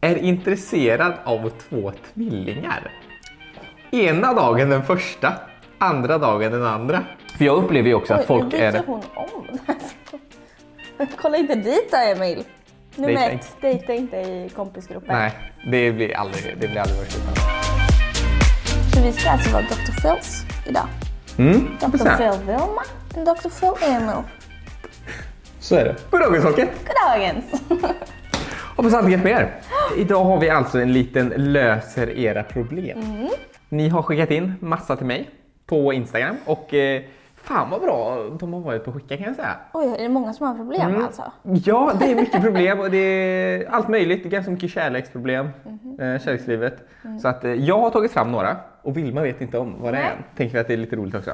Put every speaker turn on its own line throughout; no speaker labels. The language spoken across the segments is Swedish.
är intresserad av två tvillingar. Ena dagen den första, andra dagen den andra. För jag upplever ju också att
Oj,
folk
nu byter
är...
hon om den här frågan. Kolla inte dit då, Emil. Nummer
Dejta
ett, dejta inte i kompisgruppen.
Nej, det blir aldrig, det blir aldrig vår slutsats.
Så vi ska alltså vara Dr. Phils idag.
Mm,
Dr.
precis.
Phil Vilma, Dr. Phil Emil.
Så är det. Goddagens Hockey!
Goddagens!
Hoppas allt gett med er. Idag har vi alltså en liten löser era problem.
Mm.
Ni har skickat in massa till mig på Instagram och eh, fan vad bra de har varit på att skicka kan jag säga.
Oj, är det många som har problem
Mm.
alltså?
Ja, det är mycket problem och det är allt möjligt. Det är ganska mycket kärleksproblem,
Mhm.
eh, kärlekslivet.
Mm.
Så att eh, jag har tagit fram några och Vilma vet inte om vad det är
Nej.
än. Tänker att det är lite roligt också.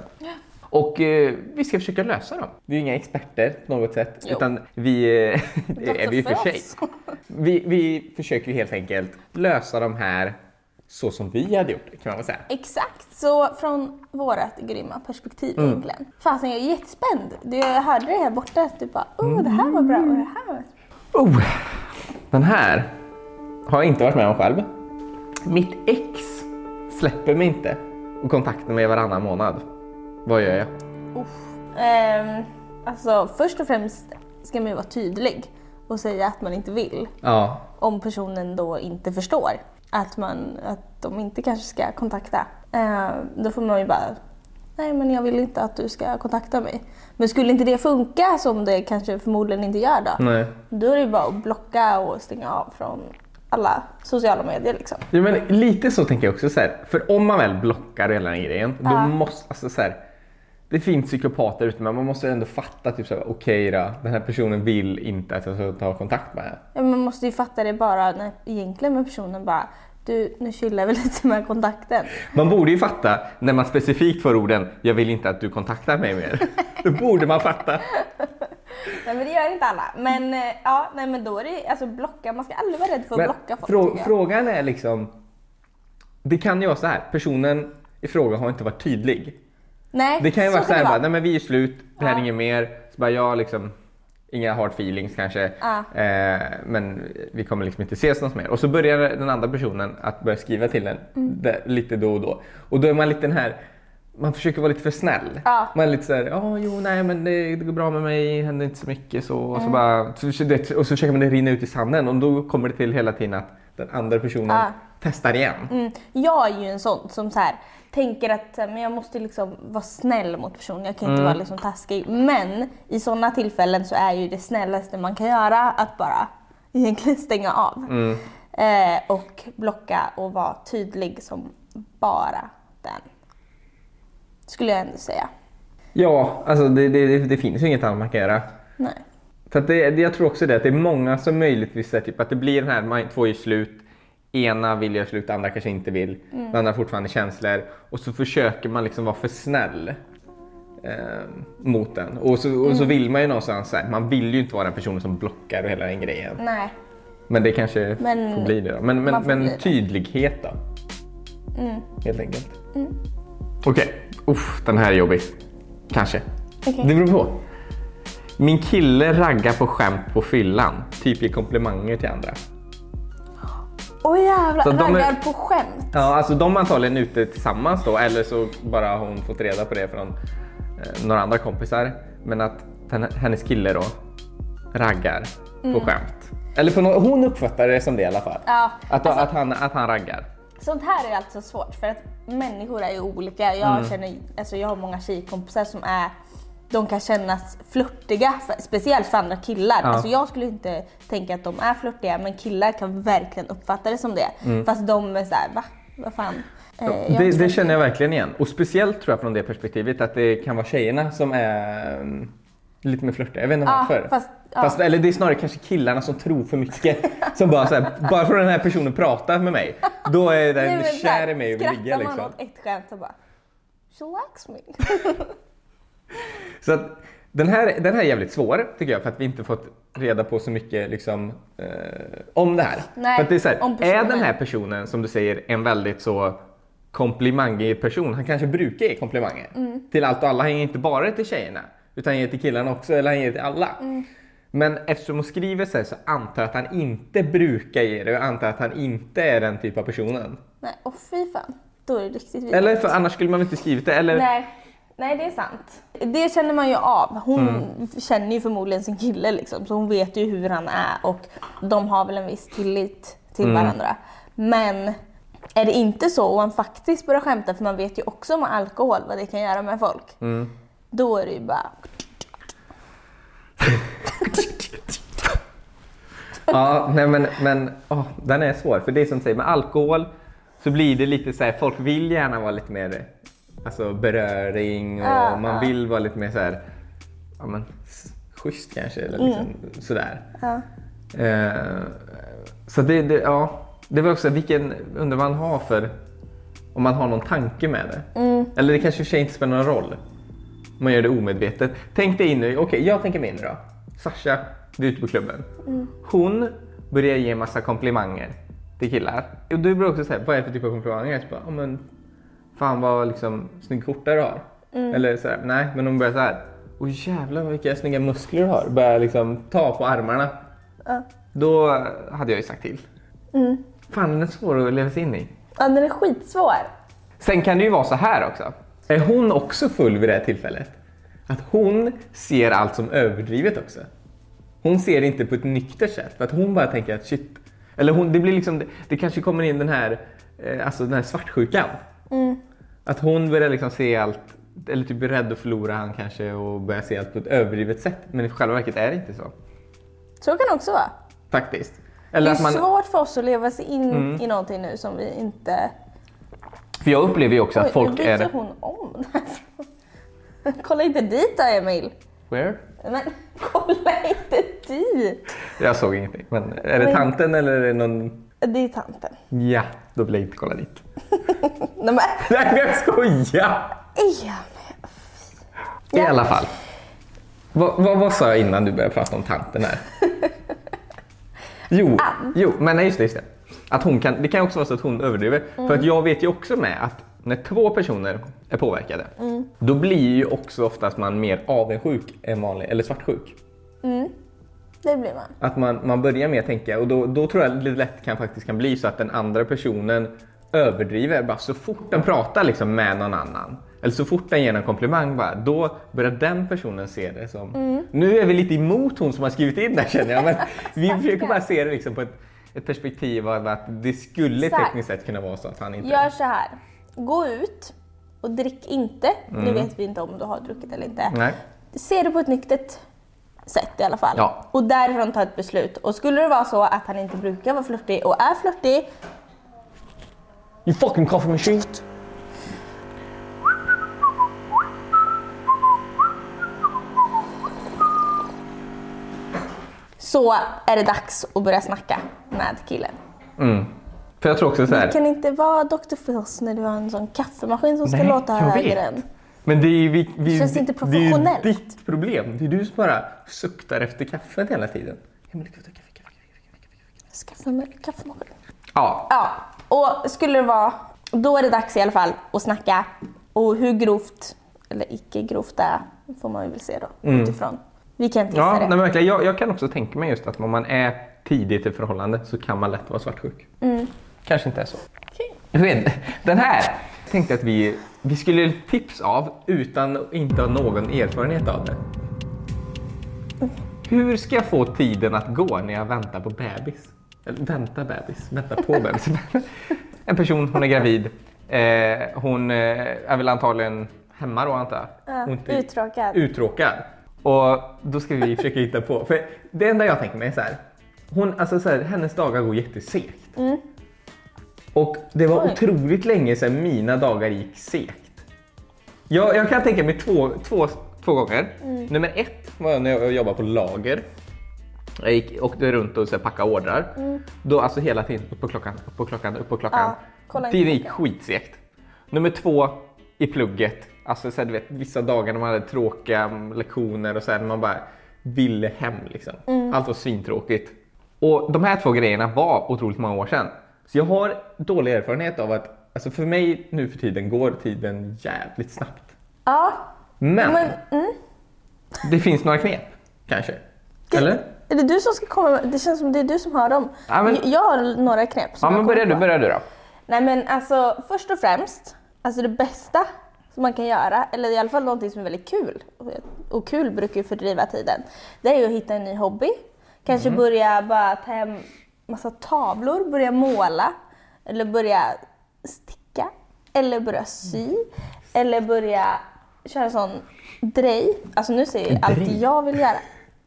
Och eh, vi ska försöka lösa dem. Vi är ju inga experter på något sätt,
Jo.
utan vi... eh, det är vi ju för sig.
Phils.
Vi, vi försöker ju helt enkelt lösa de här så som vi hade gjort, kan man väl säga.
Exakt, så från vårat grymma perspektiv
Mm.
egentligen. Fasen, jag är jättespänd. Du, jag hörde det här borta, att du bara oh, det här var bra
Mm.
och det här var...
Oh, den här har jag inte varit med om själv. Mitt ex släpper mig inte och kontaktar mig varannan månad. Vad gör jag?
Ehm, alltså, först och främst ska man ju vara tydlig och säga att man inte vill.
Ja,
Om personen då inte förstår att, man, att de inte kanske ska kontakta. Ehm, då får man ju bara, nej men jag vill inte att du ska kontakta mig. Men skulle inte det funka, som det kanske förmodligen inte gör då,
nej.
då är det ju bara att blocka och stänga av från alla sociala medier liksom.
Jo, men lite så tänker jag också. Så här, för om man väl blockar hela den grejen,
Ja.
då måste... Alltså, så här, det finns psykopater ute, men man måste ändå fatta typ så här, okej då, den här personen vill inte att jag ska ta kontakt med henne.
Ja, man måste ju fatta det bara när, egentligen med personen bara, du nu chillar vi lite med kontakten.
Man borde ju fatta när man specifikt får orden “jag vill inte att du kontaktar mig mer”. Då borde man fatta.
Nej men det gör inte alla. Men eh, ja, nej men då är det alltså blocka, man ska aldrig vara rädd för att
Men
blocka folk.
frå-
tycker jag.
frågan är liksom... Det kan ju vara så här, personen i fråga har inte varit tydlig.
nej,
Det kan ju vara så här,
det
bara,
vara.
nej men vi är slut, det här
Ja.
är inget mer. Så bara jag liksom, inga hard feelings kanske.
Ja.
Eh, men vi kommer liksom inte ses något mer. Och så börjar den andra personen att börja skriva till en
Mm.
där, lite då och då. Och då är man lite den här, man försöker vara lite för snäll.
Ja.
Man är lite såhär, ja jo nej men det, det går bra med mig, det händer inte så mycket så. Och, så
Mm.
bara, så- så det, och så försöker man det rinna ut i sanden och då kommer det till hela tiden att den andra personen
Ja.
testar igen.
Mm, jag är ju en sån som så här, tänker att så här, men jag måste liksom vara snäll mot personen, jag kan inte
Mm.
vara liksom taskig. Men i sådana tillfällen så är ju det snällaste man kan göra att bara egentligen stänga av.
Mm.
Eh, och blocka och vara tydlig som bara den. Skulle jag ändå säga.
Ja, alltså det, det, det, det finns ju inget annat man kan göra.
Nej.
För att det, det, jag tror också det, att det är många som möjligtvis är typ att det blir den här, man, två gör slut, ena vill göra slut, andra kanske inte vill, den andra har fortfarande känslor och så försöker man liksom vara för snäll eh, mot den. Och så, och så vill man ju någonstans så här, man vill ju inte vara den personen som blockar och hela den grejen.
Nej.
Men det kanske
Men-
får bli det då. Men, men,
man får bli
men
det. Mm.
tydlighet då. Helt enkelt. Okej, Uff, den här är jobbig. Kanske.
Okej.
Det beror på. Min kille raggar på skämt på fyllan. Typ ger komplimanger till andra.
Åh jävlar,
Så de är-
raggar på skämt.
Ja, alltså de är antagligen ute tillsammans då eller så bara har hon fått reda på det från eh, några andra kompisar. Men att den, hennes kille då raggar på skämt. Eller på nå- hon uppfattar det som det i alla fall.
Mm. Ja,
Att,
alltså-
att, han, att han raggar.
Sånt här är alltså svårt för att människor är ju olika. Jag,
Mm.
känner, alltså jag har många tjejkompisar som är de kan kännas flörtiga, för, speciellt för andra killar.
Ja.
Alltså jag skulle inte tänka att de är flörtiga men killar kan verkligen uppfatta det som det. Fast de är såhär, va? Vad fan? Eh, jag
Mm. det,
tror
det
inte-
känner jag verkligen igen. Och speciellt tror jag från det perspektivet att det kan vara tjejerna som är mm, lite mer flörtiga. Jag vet inte
Ja,
varför.
fast- ja.
Fast- eller det är snarare kanske killarna som tror för mycket. som bara så här, bara för att den här personen pratar med mig, då är
Nej,
den
men så här,
kär i mig och vill
Skrattar
ligga
man
liksom.
åt ett skämt så bara, she likes me.
Så att, den här, den här är jävligt svår tycker jag för att vi inte fått reda på så mycket liksom, eh, om det här.
Nej,
för att det är, så här,
om personen.
är den här personen som du säger en väldigt så komplimangig person, han kanske brukar ge
Mm. Mm.
komplimanger till allt och alla, han ger inte bara det till tjejerna utan han ger till killarna också eller han ger det till alla. Men eftersom hon skriver så här så antar jag att han inte brukar ge det. Jag antar att han inte är den typ av personen.
Nej, och fy fan. Då är det riktigt vidrigt.
Eller för annars skulle man väl inte skrivit det? Eller?
Nej. Nej, det är sant. Det känner man ju av. Hon
Mm.
känner ju förmodligen sin kille liksom, så hon vet ju hur han är och de har väl en viss tillit till
Mm.
varandra. Men är det inte så och man faktiskt börjar skämta, för man vet ju också om alkohol vad det kan göra med folk,
Mm.
då är det ju bara...
Ja, nej men, men åh, den är svår. För det är som du säger, med alkohol så blir det lite så här, folk vill gärna vara lite mer alltså, beröring och
Ja, ja.
man vill vara lite mer så här, ja men s- schysst kanske eller liksom,
Mm.
sådär.
Ja.
Eh, så det, det, ja, det var också vilken, undrar vad han har för, om man har någon tanke med det. Eller det kanske i och för sig inte spelar någon roll. Om man gör det omedvetet. Tänk dig in nu, okej jag tänker mig in nu då. Sasha, du är ute på klubben. Hon börjar ge massa komplimanger till killar. Och du börjar också säga, vad är det för typ av komplimanger? Så bara, "Ja, men, fan vad liksom, snygg skjorta du har. Eller så här, nej men hon börjar så här. Åh jävlar vad vilka snygga muskler du har. Börjar liksom ta på armarna.
Ja. mm.
Då hade jag ju sagt till. Fan den är svår att leva sig in i.
Ja, den är skitsvår.
Sen kan det ju vara så här också. Är hon också full vid det här tillfället? Att hon ser allt som överdrivet också. Hon ser det inte på ett nyktert sätt. För att hon bara tänker att shit. Eller hon, det, blir liksom, det, det kanske kommer in den här, eh, alltså den här svartsjukan.
Mm.
Att hon börjar liksom se allt, eller typ är rädd att förlora han kanske och börjar se allt på ett överdrivet sätt. Men i själva verket är det inte så.
Så kan det också vara.
Faktiskt.
Det
Eller
är
att man, Mm.
svårt för oss att leva sig in i någonting nu som vi inte...
för jag upplever ju också att
nu
folk
byter
är...
hon om den här frågan. Kolla inte dit då Emil!
Where?
Men kolla inte dit!
Jag såg ingenting. Men är det
Oj.
tanten eller är det någon
Det är tanten.
Ja, då vill jag inte kolla dit.
Nej men
Nej, jag skojar!
Emil!
I alla fall. Vad, vad, vad sa jag innan du började prata om tanten här? Jo, jo men nej, just det. Just det. Att hon kan, det kan också vara så att hon överdriver. För att jag vet ju också med att när två personer är påverkade, då blir ju också oftast man mer avundsjuk än vanlig, eller svartsjuk.
Det Mm. blir man.
Att man, man börjar med att tänka och då, då tror jag det lätt kan faktiskt kan bli så att den andra personen överdriver. Bara så fort den pratar liksom med någon annan eller så fort den ger en komplimang bara, då börjar den personen se det som... Nu är vi lite emot hon som har skrivit in det här, känner jag men vi försöker bara se det liksom på ett, ett perspektiv av att det skulle
Så här.
tekniskt sett kunna vara så att han inte...
Gör så här. Gå ut och drick inte. Nu vet vi inte om du har druckit eller inte.
Mm. Nej.
Se det på ett nyktert sätt i alla fall.
Ja.
Och därifrån ta ett beslut. Och skulle det vara så att han inte brukar vara flörtig och är flörtig,
You fucking coffee machine!
så är det dags att börja snacka med killen.
För jag tror också så här.
Du kan inte vara Dr. Phils när du har en sån kaffemaskin som ska
Nej,
låta
jag vet.
högre än.
Men det är ju vi, vi,
Känns inte
Det är
professionellt.
ju ditt problem. Det är du som bara suktar efter kaffet hela tiden. Emil, kaffe, kaffe, kaffe, kaffe, kaffe, kaffe, kaffe.
Skaffa mig en kaffemaskin.
Ja,
Ja, och skulle det vara, då är det dags i alla fall att snacka. Och hur grovt, eller icke grovt det är, får man ju väl se då utifrån. Vi kan inte
Mm. ja
gissa
nej,
det.
men verkligen. Jag, jag kan också tänka mig just att om man är tidigt i ett förhållande så kan man lätt vara svartsjuk.
Mm.
Kanske inte är så.
Okej.
Jag vet, Den här tänkte jag att vi, vi skulle ge tips av utan att inte ha någon erfarenhet av det. Hur ska jag få tiden att gå när jag väntar på bebis? Eller vänta bebis, vänta på bebis. en person, hon är gravid. Eh, hon eh, är väl antagligen hemma då antar jag?
Ja,
Och inte-
uttråkad.
uttråkad. Och då ska vi försöka hitta på. För det enda jag tänker mig är så här. Hon, alltså så här hennes dagar går jättesegt.
Mm.
Och det var
Oj.
otroligt länge sedan mina dagar gick segt. Jag, jag kan tänka mig två, två, två gånger. Nummer ett var när jag jobbade på lager. Jag gick, åkte runt och så här, packade ordrar. Då alltså hela tiden upp på klockan, upp på klockan, upp på klockan.
Mm. Ja, kolla inte
Tiden gick skitsegt. Nummer två i plugget. Alltså så här, du vet, vissa dagar när man hade tråkiga mm, lektioner och så här, när man bara ville hem. Liksom.
Mm.
Allt var svintråkigt. Och de här två grejerna var otroligt många år sedan. Så jag har dålig erfarenhet av att alltså för mig nu för tiden går tiden jävligt snabbt.
Ja,
Men,
men mm,
det finns några knep kanske. Eller?
Är det du som ska komma med? Det känns som det är du som har dem.
Ja, men-
Jag- Jag har några knep
Ja
som jag
men
kommer
börja du,
på.
börja du då.
Nej men alltså först och främst, alltså det bästa som man kan göra, eller i alla fall någonting som är väldigt kul, och kul brukar ju fördriva tiden, det är ju att hitta en ny hobby. Kanske
Mhm.
börja bara ta hem massa tavlor, börja måla, eller börja sticka, eller börja sy,
Mm.
eller börja köra sån drej. Alltså nu säger jag allt
Drej?
jag vill göra.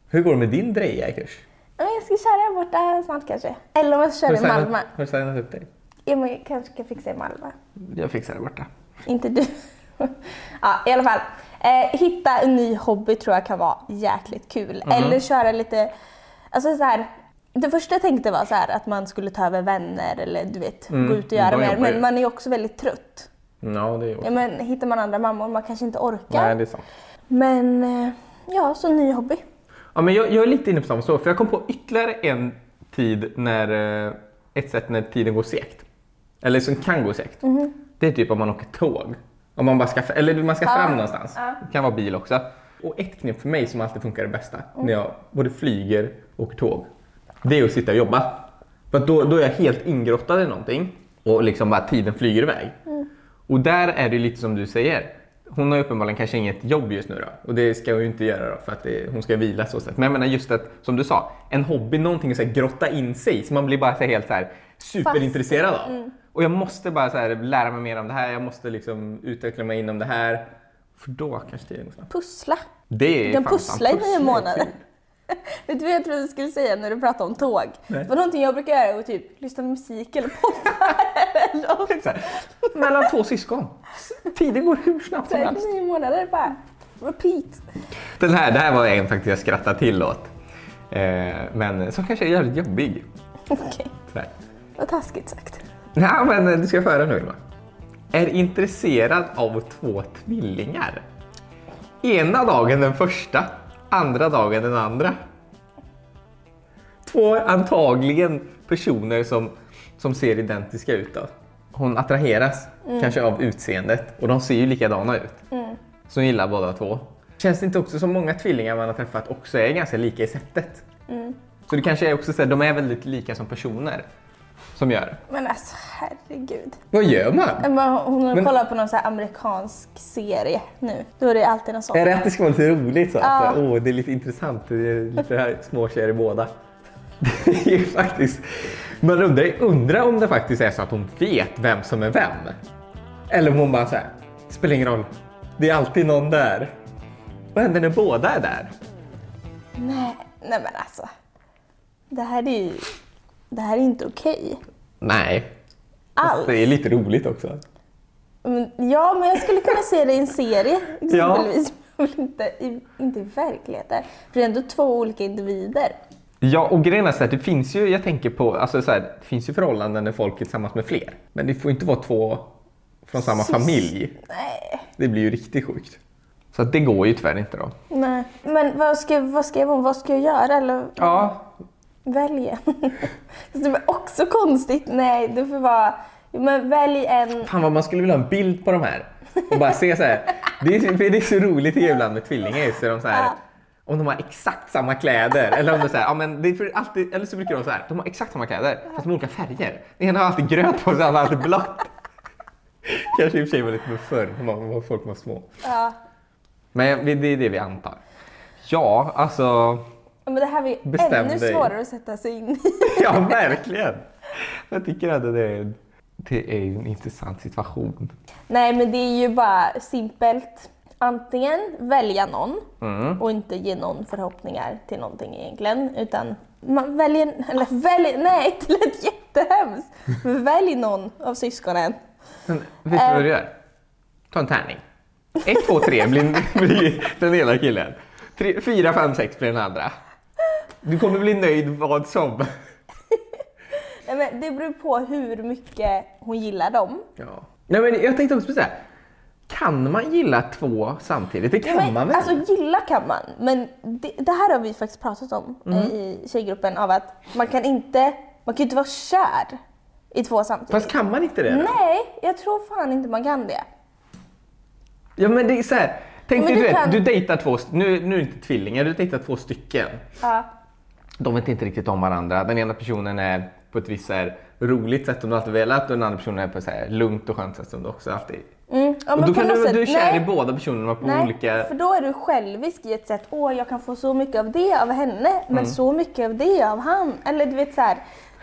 Hur går det med din drejjakurs?
Ja, Men jag ska köra här borta snart kanske. Eller om jag ska
Har
köra
du
i
signat-
Malmö.
Har du signat upp dig?
Ja, men jag kanske kan fixa i Malmö.
Jag fixar det borta.
Inte du. ja, i alla fall. Eh, hitta en ny hobby tror jag kan vara jäkligt kul.
Mhm.
Eller köra lite, alltså så här. Det första jag tänkte var så här, att man skulle ta över vänner eller du vet,
Mm,
gå ut och
de
göra mer.
jobbar ju.
Men man är ju också väldigt trött.
Ja det är
Ja,
jag.
men hittar man andra mammor, man kanske inte orkar.
Nej det är sant.
Men eh, ja, så ny hobby.
Ja, men jag, jag är lite inne på samma så, för jag kom på ytterligare en tid när, eh, ett sätt när tiden går segt. Eller som kan gå segt.
Mhm.
Det är typ om man åker tåg. Om man bara ska, eller man ska
Ja.
fram någonstans.
Ja.
Det kan vara bil också. Och ett knep för mig som alltid funkar det bästa när jag både flyger och tåg. Det är att sitta och jobba. För att då, då är jag helt ingrottad i någonting och liksom bara tiden flyger iväg. Och där är det ju lite som du säger. Hon har ju uppenbarligen kanske inget jobb just nu då. Och det ska hon ju inte göra då för att det, hon ska vila så sätt. Men jag menar just att, som du sa, en hobby, någonting att så här, grotta in sig i. Så man blir bara så här, helt så här superintresserad av.
Mm.
Och jag måste bara så här, lära mig mer om det här, jag måste liksom utveckla mig inom det här. För då kanske tiden går snabbt.
Pussla.
Det är
Du kan
fan sant.
pussla i nio
är
månader.
kul.
Vet du vad jag trodde du skulle säga när du pratade om tåg?
Nej.
Det var någonting jag brukar göra, är att typ lyssna på musik eller poddar eller något.
Så här, mellan två syskon. Tiden går hur snabbt
Så
som
här,
helst.
Nio månader bara. Repeat.
Den här, det här var en faktiskt jag skrattade till åt. Eh, men som kanske är jävligt jobbig.
Okej,
Sådär.
vad taskigt sagt.
Nej men eh, du ska få höra nu Vilma. Är intresserad av två tvillingar. Ena dagen den första, andra dagen den andra. Två antagligen personer som, som ser identiska ut. Då. Hon attraheras kanske av utseendet och de ser ju likadana ut. Så hon gillar båda två. Känns det inte också som många tvillingar man har träffat också är ganska lika i sättet? Så det kanske är också så här, de är väldigt lika som personer som gör.
Men alltså herregud.
Vad gör man?
Men bara, Hon har
Men-
kollat på någon så här amerikansk serie nu. Då är det alltid någon sån.
Är det att det ska vara lite roligt? Så?
Ja.
Så, åh, det är lite intressant. Det är lite här småtjejer i båda. Det är ju faktiskt... Man undrar, undrar om det faktiskt är så att hon vet vem som är vem. Eller om hon bara så här, spelar ingen roll. Det är alltid någon där. Vad händer när båda är där?
Nej, nej men alltså. Det här är ju... Det här är inte okej.
Nej.
Alls.
Det är lite roligt också.
Men, ja, men jag skulle kunna se det i en serie exempelvis. Men inte, i, inte i verkligheten. För det är ändå två olika individer.
Ja, och grejen är så här, det finns ju, jag tänker på, alltså så här, det finns ju förhållanden där folk är tillsammans med fler. Men det får inte vara två från samma familj.
Nej.
Det blir ju riktigt sjukt. Så att det går ju tyvärr inte då.
Nej. Men vad ska, vad ska jag vara? Vad ska jag göra? Eller
Ja.
välj en. Fast det var också konstigt. Nej, det får vara... Jo, Men välj en...
Fan vad man skulle vilja ha en bild på de här. Och bara se så här. Det är, så- för det är så roligt i ibland med tvillingar just, så de så här.
Ja.
Om de har exakt samma kläder. Eller om de så här, ja, men det är för alltid, eller så brukar de så här. De har exakt samma kläder fast med olika färger. Den ena har alltid grönt på sig, den andra har alltid blått. Kanske i och för sig var lite mer förr när man var- folk var små.
Ja.
Men det det är det vi antar. Ja, alltså.
Men det här var ju
Bestäm
ännu
dig.
svårare att sätta sig in i.
Ja, verkligen. Jag tycker att det är, det är en intressant situation.
Nej, men det är ju bara simpelt. Antingen välja någon
Mm.
och inte ge någon förhoppningar till någonting egentligen. Utan man väljer, eller välj, nej det lät jättehemskt. Men välj någon av syskonen.
Men vet du
Eh.
vad du gör? Ta en tärning. 1, 2, 3 blir, blir den ena killen. 4, 5, 6 blir den andra. Du kommer bli nöjd vad som.
Nej, men det beror på hur mycket hon gillar dem.
Ja. Nej, men jag tänkte också på så här. Kan man gilla två samtidigt? Det kan
men,
man väl?
Alltså gilla kan man, men det, det här har vi faktiskt pratat om
Mm.
eh, i tjejgruppen av att man kan inte, man kan ju inte vara kär i två samtidigt.
Fast kan man inte det? då?
Nej, jag tror fan inte man kan det.
Ja, men det är så här. Tänk
Men
dig,
du
du, vet,
kan-
du dejtar två, st- nu, nu är det inte tvillingar, du dejtar två stycken.
Ja.
De vet inte riktigt om varandra. Den ena personen är på ett visst så här, roligt sätt som du alltid velat och den andra personen är på ett så här, lugnt och skönt sätt som du också alltid...
Mm. Ja,
och
men
då
på
kan
något
du,
sätt-
du är kär
nej.
i båda personerna på
Nej,
olika...
för då är du självisk i ett sätt, åh jag kan få så mycket av det av henne,
Mm.
men så mycket av det av han. Eller du vet så här,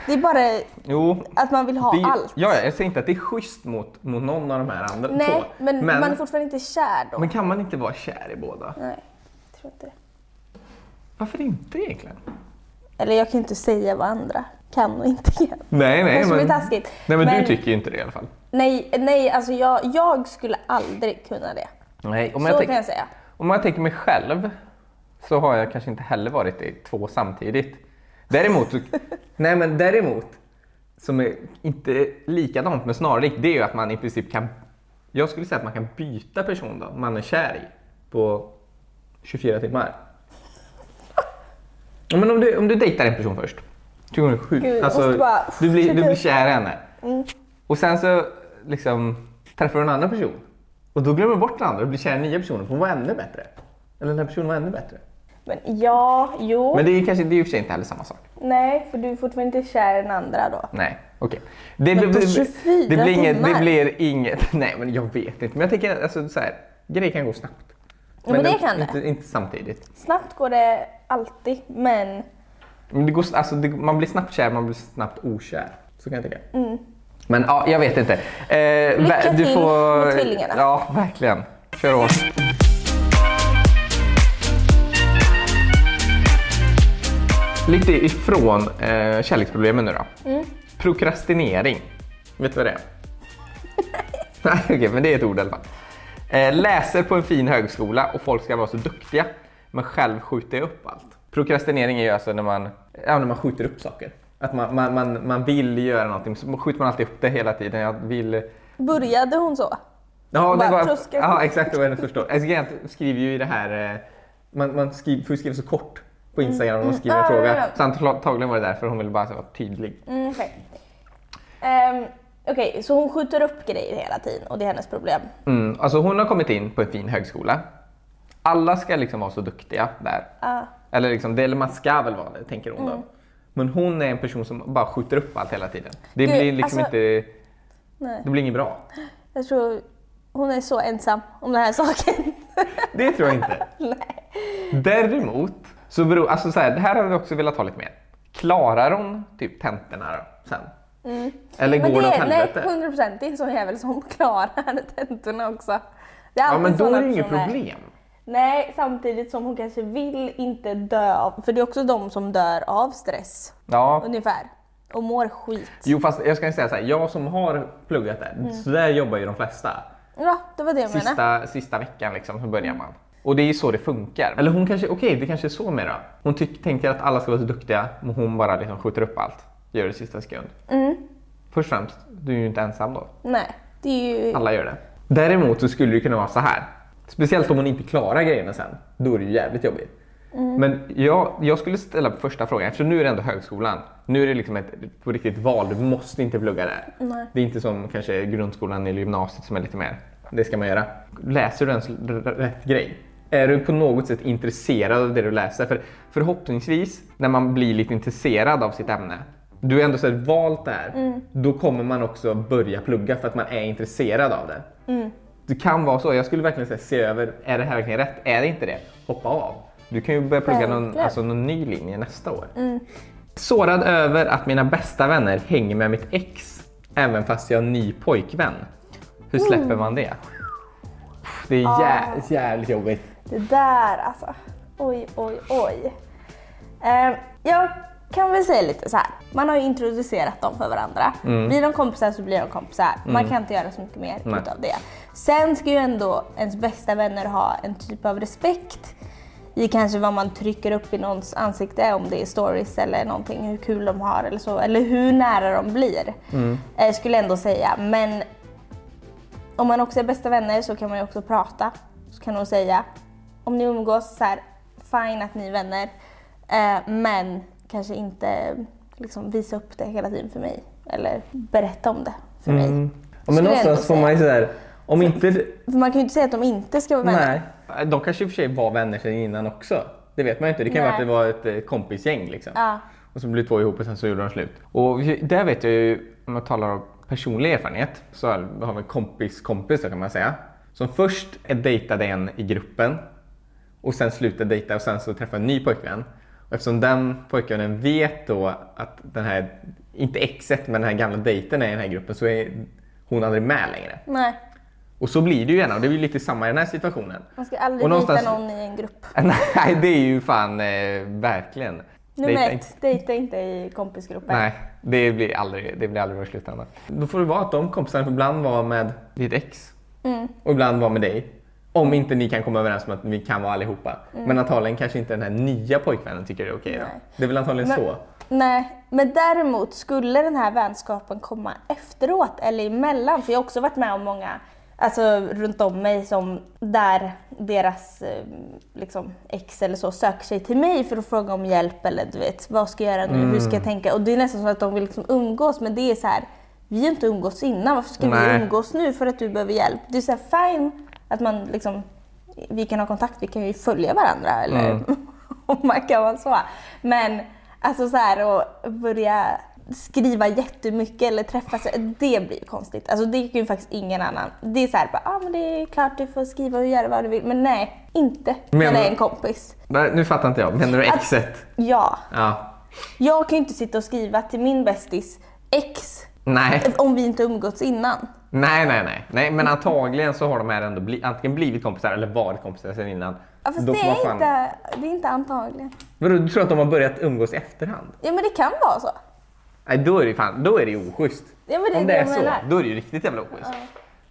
det är bara
Jo,
att man vill ha
det,
allt.
Ja, jag säger inte att det är schysst mot, mot någon av de här andra
Nej,
två.
men, man är fortfarande inte kär då.
men kan man inte vara kär i båda?
Nej, jag tror inte det.
Varför inte egentligen?
Eller jag kan ju inte säga vad andra kan och inte kan.
Nej, nej.
Kanske blir taskigt.
Nej, men, du
Men-
tycker ju inte det i alla fall.
Nej, nej alltså jag, jag skulle aldrig kunna det.
Nej, om
Så
jag,
kan
tänker,
jag säga.
om jag tänker mig själv så har jag kanske inte heller varit i två samtidigt. Däremot, nej men däremot, som är inte likadant men snarlikt, det är ju att man i princip kan, jag skulle säga att man kan byta person då, man är kär i, på 24 timmar. Ja, Men om du, om du dejtar en person först, tycker hon är sjuk,
Gud, jag
alltså,
måste bara- Mm.
du, blir, du blir kär i henne. Och sen så liksom träffar du en annan person och då glömmer du bort den andra och blir kär i nya personer för hon var ännu bättre. Eller den här personen var ännu bättre.
Men ja, jo,
Men det är ju kanske, det är ju i och för sig inte heller samma sak.
nej, för du är fortfarande inte kär i den andra då.
Nej, okej. Det,
Men på
blir-
24
det, blir inget, det
timmar?
blir inget, nej men jag vet inte. Men jag tänker alltså så här, grejer kan gå snabbt.
Ja, men det kan det.
inte, inte samtidigt.
Snabbt går det alltid, men
Men det går, alltså, det, man blir snabbt kär, man blir snabbt okär. Så kan jag tycka.
mm.
Men ja, jag vet inte. Eh,
Lycka
vä-
till med tvillingarna.
Ja, verkligen. Kör hårt. Lite ifrån eh, kärleksproblemen nu då.
Mm.
Prokrastinering. Vet du vad det är? Nej, okej, men det är ett ord i alla fall. Eh, läser på en fin högskola och folk ska vara så duktiga, men själv skjuter jag upp allt. Prokrastinering är ju alltså när man, ja, när man skjuter upp saker. Att man, man, man, man vill göra någonting, så skjuter man alltid upp det hela tiden. Jag vill...
började hon så?
Ja, det
Bara
var,
tröskel.
ja exakt, det var det jag förstår. Alltså, grejen är att jag skriver ju i det här, eh, man, man skriver, får ju skriva så kort på Instagram om man skriver en
Ah,
fråga.
ja, ja.
Så antagligen var det därför hon ville bara så vara tydlig.
Mm, Okej, Ehm, okej, så hon skjuter upp grejer hela tiden och det är hennes problem.
Mm, alltså hon har kommit in på en fin högskola. Alla ska liksom vara så duktiga där.
Ah.
Eller liksom, det, eller man ska väl vara det, tänker hon då.
Mm.
Men hon är en person som bara skjuter upp allt hela tiden. Det
Gud,
blir liksom
alltså-
inte...
Nej.
Det blir inget bra.
Jag tror hon är så ensam om den här saken.
Det tror jag inte.
Nej.
Däremot, så beror, alltså så här, det här hade vi också velat ha lite mer. Klarar hon typ tentorna då, sen? Eller
Mm. Men
går det åt
är, nej,
helvete?
100 procent, det är en sån jävel som klarar tentorna också. Det är
Ja
alltid
men då
såna
är det inget
personer.
problem.
Nej, samtidigt som hon kanske vill inte dö av, för det är också de som dör av stress
Ja,
ungefär och mår skit.
jo fast jag ska säga så här, jag som har pluggat där,
Mm.
så där jobbar ju de flesta.
Ja, det var det jag menade.
Sista, sista veckan liksom, så börjar man. Och det är ju så det funkar. Eller hon kanske, okej det kanske är så med då. Hon tyck, tänker att alla ska vara så duktiga, men hon bara liksom skjuter upp allt. Gör det i sista sekund.
Mm.
Först och främst, du är ju inte ensam då.
Nej, det är ju...
Alla gör det. Däremot så skulle det kunna vara så här. Speciellt om hon inte klarar grejerna sen. Då är det ju jävligt jobbigt. Men jag, jag skulle ställa första frågan, eftersom nu är det ändå högskolan. Nu är det liksom ett på riktigt val, du måste inte plugga där.
Nej.
Det är inte som kanske grundskolan eller gymnasiet som är lite mer, det ska man göra. Läser du ens r- r- rätt grej? Är du på något sätt intresserad av det du läser? För förhoppningsvis, när man blir lite intresserad av sitt ämne, du har ändå så här valt det här, då kommer man också börja plugga för att man är intresserad av det. Det kan vara så. Jag skulle verkligen säga, se över, är det här verkligen rätt? Är det inte det? Hoppa av. Du kan ju börja plugga någon,
Verkligen.
alltså någon ny linje nästa år. Sårad över att mina bästa vänner hänger med mitt ex även fast jag har en ny pojkvän. Hur
Mm.
släpper man det? Pff, Det är
Ah.
jä- jävligt jobbigt.
Det där alltså. Oj, oj, oj. Eh, jag kan väl säga lite så här. Man har ju introducerat dem för varandra. Blir de kompisar så blir de kompisar. Man kan inte göra så mycket mer
Nej.
utav det. Sen ska ju ändå ens bästa vänner ha en typ av respekt i kanske vad man trycker upp i någons ansikte, om det är stories eller någonting, hur kul de har eller så, eller hur nära de blir. Eh, skulle jag ändå säga. Men om man också är bästa vänner så kan man ju också prata. Så kan hon säga, om ni umgås så här, fine att ni är vänner. Eh, men kanske inte liksom, visa upp det hela tiden för mig. Eller berätta om det för mig.
Ja, Mm. Men
jag
någonstans
ändå
får man ju sådär, om inte...
För man kan ju inte säga att de inte ska vara vänner.
Nej. De kanske i och för sig var vänner sedan innan också. Det vet man ju inte. Det kan ju vara att
Nej.
det var ett eh, kompisgäng liksom.
Ja.
Och så blev två ihop och sen så gjorde de slut. Och vi- där vet jag ju, om jag talar om personlig erfarenhet, så har vi en kompis kompis då kan man säga. Som först dejtade en i gruppen och sen slutade dejta och sen så träffade en ny pojkvän. Och eftersom den pojkvännen vet då att den här, inte exet, men den här gamla dejten är i den här gruppen så är hon aldrig med längre.
Nej.
Och så blir det ju gärna och det är ju lite samma i den här situationen.
Man ska
Och
aldrig
någonstans-
dejta någon i en grupp.
Nej, det är ju fan eh, verkligen. Dejta
Nummer
inte-
ett, dejta inte i kompisgrupper.
Nej, det blir aldrig, det blir aldrig bra i slutändan. Då får det vara att de kompisarna får ibland vara med ditt ex
Mm.
och ibland vara med dig. Om inte ni kan komma överens om att vi kan vara allihopa. Men antagligen kanske inte den här nya pojkvännen tycker det är okej. då.
Mm. Nej.
det är väl antagligen
Men-
så.
Nej, men däremot skulle den här vänskapen komma efteråt eller emellan, för jag har också varit med om många Alltså runt om mig som där deras eh, liksom, ex eller så söker sig till mig för att fråga om hjälp eller du vet, vad ska jag göra nu, hur
Mm.
ska jag tänka? Och det är nästan som att de vill liksom umgås men det är så här, vi har inte umgås innan, varför ska
Nej.
vi umgås nu för att du behöver hjälp? Det är så här fine att man liksom, vi kan ha kontakt, vi kan ju följa varandra eller
Mm.
om man kan vara så. Men alltså så här och börja skriva jättemycket eller träffas, det blir ju konstigt. Alltså det kan ju faktiskt ingen annan. Det är så här, bara, ah, men det är klart du får skriva och göra vad du vill. Men nej, inte när
Menar-
det är en kompis.
Nej, Nu fattar inte jag. Menar du
Att-
exet?
Ja,
Ja.
jag kan ju inte sitta och skriva till min bästis ex
Nej.
om vi inte umgåtts innan.
nej, nej, nej. Nej, men antagligen så har de här ändå bli, antingen blivit kompisar eller varit kompisar sedan innan.
Ja, fast
Då
det
får man
är,
fan-
inte, det är inte antagligen.
Vadå, du tror att de har börjat umgås i efterhand?
Ja men det kan vara så.
Nej, då är det ju fan, då är det ju oschysst.
Ja, men det är
Om
det
det är
jag
så,
menar.
då är det ju riktigt jävla oschysst.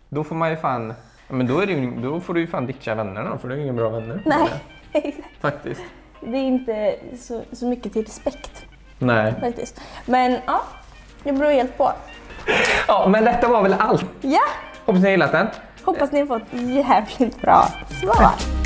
Då får man ju fan, ja, men då, är det ju, då får du ju fan ditcha vännerna för du är ju inga bra vänner.
Nej, exakt.
Faktiskt.
det är inte så, så mycket till respekt.
Nej.
faktiskt. Men ja, det beror helt på.
Ja, men detta var väl allt.
Ja,
Hoppas ni har gillat den.
hoppas ni har fått jävligt bra svar.